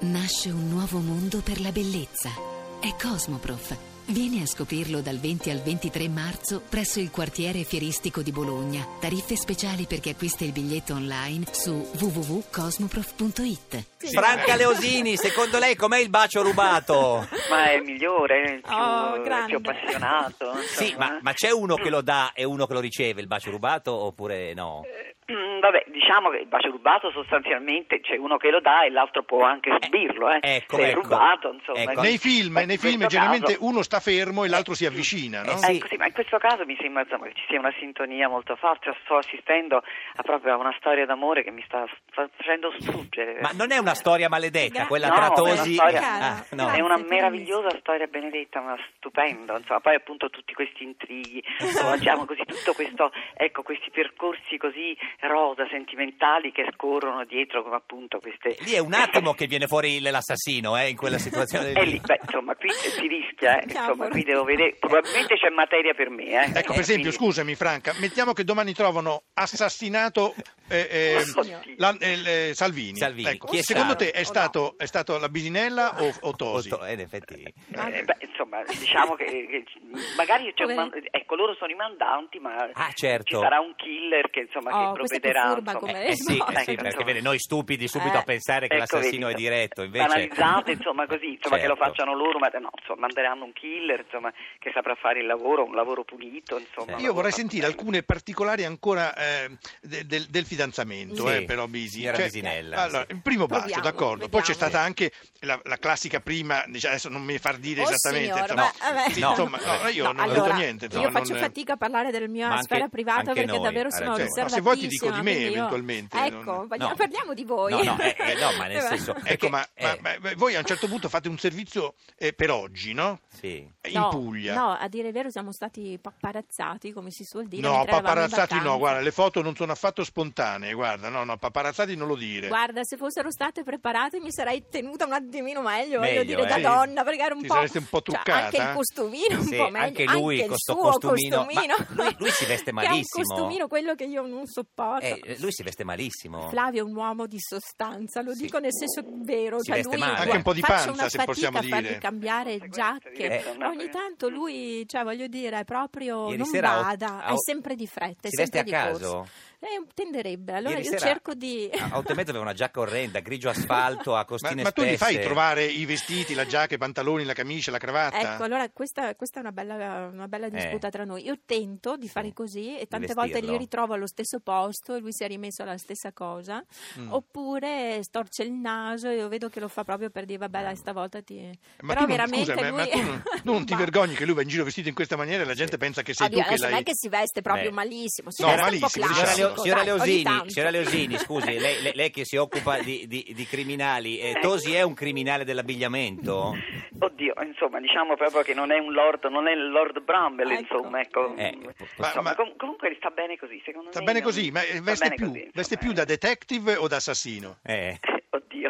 Nasce un nuovo mondo per la bellezza. È Cosmoprof. Vieni a scoprirlo dal 20 al 23 marzo presso il quartiere fieristico di Bologna. Tariffe speciali per chi acquista il biglietto online su www.cosmoprof.it. Franca Leosini, secondo lei com'è il bacio rubato? Ma è il migliore, è il più, Oh, è il grande. più appassionato. Sì, insomma. ma, ma c'è uno che lo dà e uno che lo riceve il bacio rubato oppure no? Mm, Vabbè, diciamo che il bacio rubato sostanzialmente c'è uno che lo dà e l'altro può anche subirlo. Eh. ecco, Se è ecco. rubato, insomma. Ecco. Nei film, Ma nei in film questo generalmente caso- uno sta fermo e l'altro si avvicina, no? Eh sì. Ecco, sì, ma in questo caso mi sembra insomma, che ci sia una sintonia molto forte. Io Sto assistendo a proprio a una storia d'amore che mi sta fa- facendo struggere. Ma non è una storia maledetta, Gra- quella Esatto. tra No, è una Tosi storia- Ah, no. È una Grazie, per meravigliosa storia benedetta, ma stupenda, insomma, poi appunto tutti questi intrighi, Esatto. diciamo così, tutto questo, ecco, questi percorsi così rosa, sentimentali che scorrono dietro come appunto queste... Lì è un attimo che viene fuori l- l'assassino, eh, in quella situazione Eh, lì, beh, insomma, qui si rischia, eh, insomma, Cavolo. qui devo vedere, probabilmente c'è materia per me. Eh. Ecco, per Eh, esempio, quindi- scusami Franca, mettiamo che domani trovano assassinato eh, eh, Oddio. la- eh, eh, Salvini. Salvini, Ecco, chi è Secondo stato? te è O stato, è stato la Bisinella o, o Tosi? Oh, to- eh, in effetti. Eh, beh, insomma, diciamo che, che magari c'è un man- ecco, loro sono i mandanti, ma Ah, certo. ci sarà un killer che insomma Oh, che questa è più provvederà. furba insomma. com'è. Eh, sì, eh, sì, Ecco, perché insomma. vede noi stupidi subito Eh. a pensare che Ecco, l'assassino è vedi, diretto, invece banalizzate, insomma, così, insomma, che lo Certo. facciano loro, ma no, insomma, manderanno un killer, insomma, che saprà fare il lavoro, un lavoro pulito, insomma. Certo. un Io lavoro vorrei sentire fatto alcune particolari ancora eh, de- del, del fidanzamento, Sì, eh, però Bisi. eh, signora Bisinella, allora, sì. il primo bacio, Proviamo, d'accordo. Poi vediamo. c'è stata anche la, la classica prima, diciamo, adesso non mi far dire Oh, esattamente. signor, insomma, beh, vabbè. Sì, No. insomma, no, io No, non allora, dico niente. insomma, io faccio non- fatica a parlare della mia Ma anche- sfera privata anche perché noi, davvero ha sono ragione. Ma se riservatissima. vuoi ti dico di me, quindi io- eventualmente, Ecco, non- parliamo- No. parliamo di voi. No, no, eh, eh, no, ma nel senso- Ecco, Perché- ma, ma- eh. ma- ma voi a un certo punto fate un servizio eh, per oggi, no? Sì. In No, Puglia. No, a dire il vero siamo stati papparazzati, come si suol dire. No, mentre eravamo in paparazzati no, vacanza. guarda, le foto non sono affatto spontanee, guarda, no, no, paparazzati non lo dire. Guarda, se fossero state preparate mi sarei tenuta un attimino meglio, Meglio, voglio dire, eh. da donna, perché era un Ti po'... saresti un po' cioè, anche truccata, il eh? costumino un Sì, po' meglio, anche lui con il sto suo costumino. costumino. Ma lui- lui si veste malissimo. Che è un costumino, quello che io non sopporto. Eh, lui si veste malissimo. Flavio è un uomo di sostanza, lo Sì. dico nel senso vero. Si cioè veste lui male. Anche un po' di faccio panza, una se fatica possiamo a fargli dire. cambiare giacche. Eh. Ogni tanto lui, cioè, voglio dire, è proprio Ieri non sera ho- bada, ho- è sempre di fretta, è si veste sempre a di caso? corsa. Eh, tenderebbe. Allora Ieri io sera cerco di a- A otto e mezzo aveva una giacca orrenda, grigio asfalto, a Ma, costine ma tu gli fai spesse. trovare i vestiti, la giacca, i pantaloni, la camicia, la cravatta? Ecco, allora questa, questa è una bella, una Eh. bella disputa tra noi. Io tento di Mm. fare Sì. così Di e tante volte vestirlo. li ritrovo allo stesso posto e lui si è rimesso alla stessa cosa. Mm. oh, Oppure storce il naso e io vedo che lo fa proprio per dire vabbè dai stavolta ti... Mm. Eh, Ma Però tu non, veramente scusa, ma- lui... ma tu non, non ti Ma- vergogni che lui va in giro vestito in questa maniera e la gente pensa che sei Oddio, tu che adesso non l'hai... è che si veste proprio Beh. malissimo, si No, veste un malissimo, po' diciamo. Signora, classico, Leo- signora dai, ogni Leosini, tanto. signora Leosini, scusi, lei, lei- lei che si occupa di, di- di criminali, Ecco. eh, Tosi è un criminale dell'abbigliamento? Oddio, insomma, diciamo proprio che non è un lord, non è il Lord Bramble, Ecco. insomma, ecco. Eh, Ma- Insomma, ma- com- comunque sta bene così, secondo Sta me. bene non- così, ma eh, sta veste, bene più, così, insomma, veste più eh. da detective o da assassino? Eh, Eh, Oddio.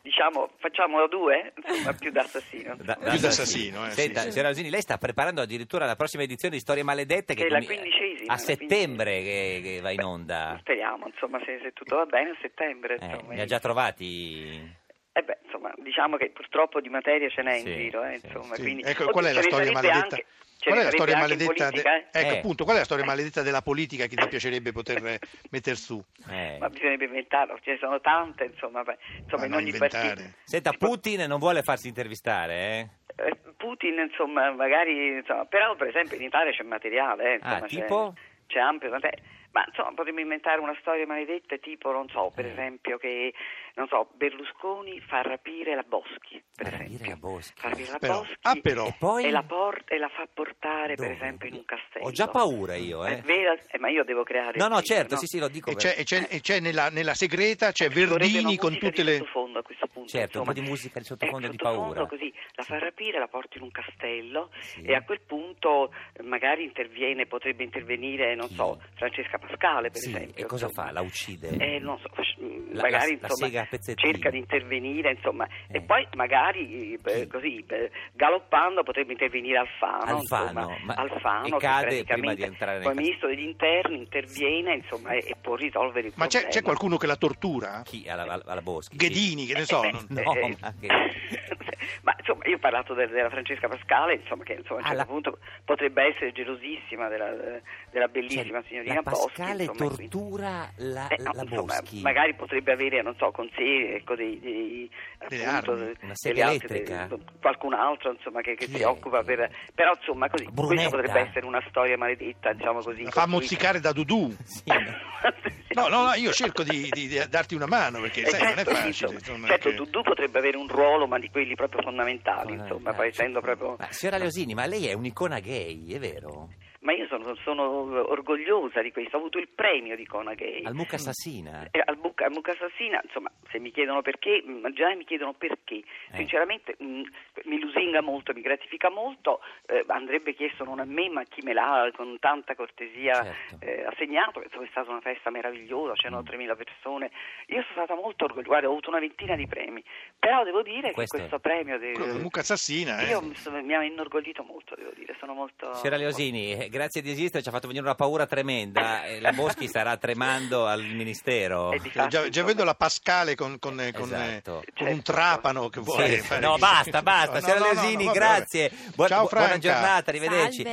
Diciamo, facciamolo due, insomma, più da assassino. da- Più da assassino, eh, Senta, sì, sì. signora Leosini, lei sta preparando addirittura la prossima edizione di Storie Maledette Che è la comi- quindicesima, eh, a la settembre che, che va in Beh, onda. Speriamo, insomma, se, se tutto va bene a settembre. Eh, insomma. li ha già trovati? Eh beh, insomma, diciamo che purtroppo di materia ce n'è Sì, in giro, eh, sì, insomma. Sì, Quindi, Ecco, qual Oddio, è la ce ne storia sarebbe maledetta? anche- ce Qual ne è la storia sarebbe anche in maledetta? de- politica, eh? Ecco, Eh. appunto, qual è la storia maledetta della politica che ti piacerebbe poter metter su? Eh. Ma bisognerebbe inventarlo, ce ne sono tante, insomma, beh, insomma Ma in non ogni inventare. partito. Senta, Putin non vuole farsi intervistare, eh? Eh, Putin, insomma, magari, insomma, però per esempio in Italia c'è materiale, eh, insomma, Ah, c'è- tipo? c'è, ampio materiale. Ma insomma, potremmo inventare una storia maledetta tipo, non so, per Eh. esempio che, non so, Berlusconi fa rapire la Boschi, per Fa rapire esempio. la Boschi. Fa rapire la Però- Boschi. ah, però. E poi? E la, por- e la fa portare, Dove? per esempio, in un castello. Ho già paura io, eh. Eh, vera- eh, ma io devo creare... No, il no, film, certo, no? sì, sì, lo dico. E cioè, c'è, per- e c'è- e c'è nella, nella segreta, c'è Verdini con tutte le... Fondo a questo punto, Certo, un po' insomma. di musica di sottofondo Eh, di sottofondo, paura. così la fa rapire, la porta in un castello Sì. e a quel punto eh, magari interviene, potrebbe intervenire, non Chi? so, Francesca Pascale, per Sì, esempio. e cosa insomma. fa? La uccide? Eh, non so, fasc- La- magari la- la insomma, sega a pezzettini. cerca di intervenire, insomma, Eh. e poi magari eh, Chi? così eh, galoppando potrebbe intervenire Alfano. Alfano, insomma, ma- Alfano e che cade praticamente prima di entrare nei come cas- ministro degli interni interviene insomma, e, e può risolvere il Ma c'è, problema. c'è qualcuno che la tortura? Chi? Alla, alla- alla Boschi? chi? Ghedini, che ne so. Eh, non- No, Eh, eh. Cioè, ma che... Ma insomma, io ho parlato del- della Francesca Pascale, insomma, che insomma, a un certo Ah, la- punto potrebbe essere gelosissima della, della bellissima Cioè, signorina la Boschi. Pascale insomma, e quindi- tortura la, Eh, no, la insomma, Boschi. magari potrebbe avere, non so, con sé ecco, dei, dei- Delle appunto, armi, de- una sedia delle altre- elettrica? de- qualcun altro insomma, che, che Chi si è? occupa per... Però insomma, così, Brunetta? questa potrebbe essere una storia maledetta, diciamo così. La fa costruita. mozzicare da Dudu. Sì, ma- No, no, no, io cerco di, di- di darti una mano perché Eh, sai, non è certo, sì, facile. insomma. insomma, certo, che- Dudu potrebbe avere un ruolo, ma di quelli proprio fondamentali, Madonna, insomma, ma- poi essendo proprio... Ma, signora Leosini, ma lei è un'icona gay, è vero? Ma io sono, sono orgogliosa di questo, ho avuto il premio di Cona Gay. Al mucca assassina? Eh, al, buca, al Mucca Assassina, insomma, se mi chiedono perché, mh, già mi chiedono perché. Eh. Sinceramente mh, mi lusinga molto, mi gratifica molto, eh, andrebbe chiesto non a me, ma a chi me l'ha con tanta cortesia Certo. Mm. eh, assegnato, insomma è stata una festa meravigliosa, c'erano 3.000 persone. Io sono stata molto orgogliosa, guarda, ho avuto una ventina di premi, però devo dire Questo- che questo premio... de- Quello della mucca assassina, eh. io mi sono- mi ha inorgoglito molto, devo dire, sono molto... Signora Leosini, eh, grazie di esistere, ci ha fatto venire una paura tremenda. eh, La Boschi starà tremando al ministero. E di Già, fatto, Cioè, già insomma, vedo la Pascale con, con- eh, con, eh, Esatto. con un Certo. trapano che vuole Sì. fare No, il- basta, basta. No, no, Signora no, no, Leosini, vabbè, vabbè. grazie. Buon- Ciao buona Franca. giornata, arrivederci. Salve.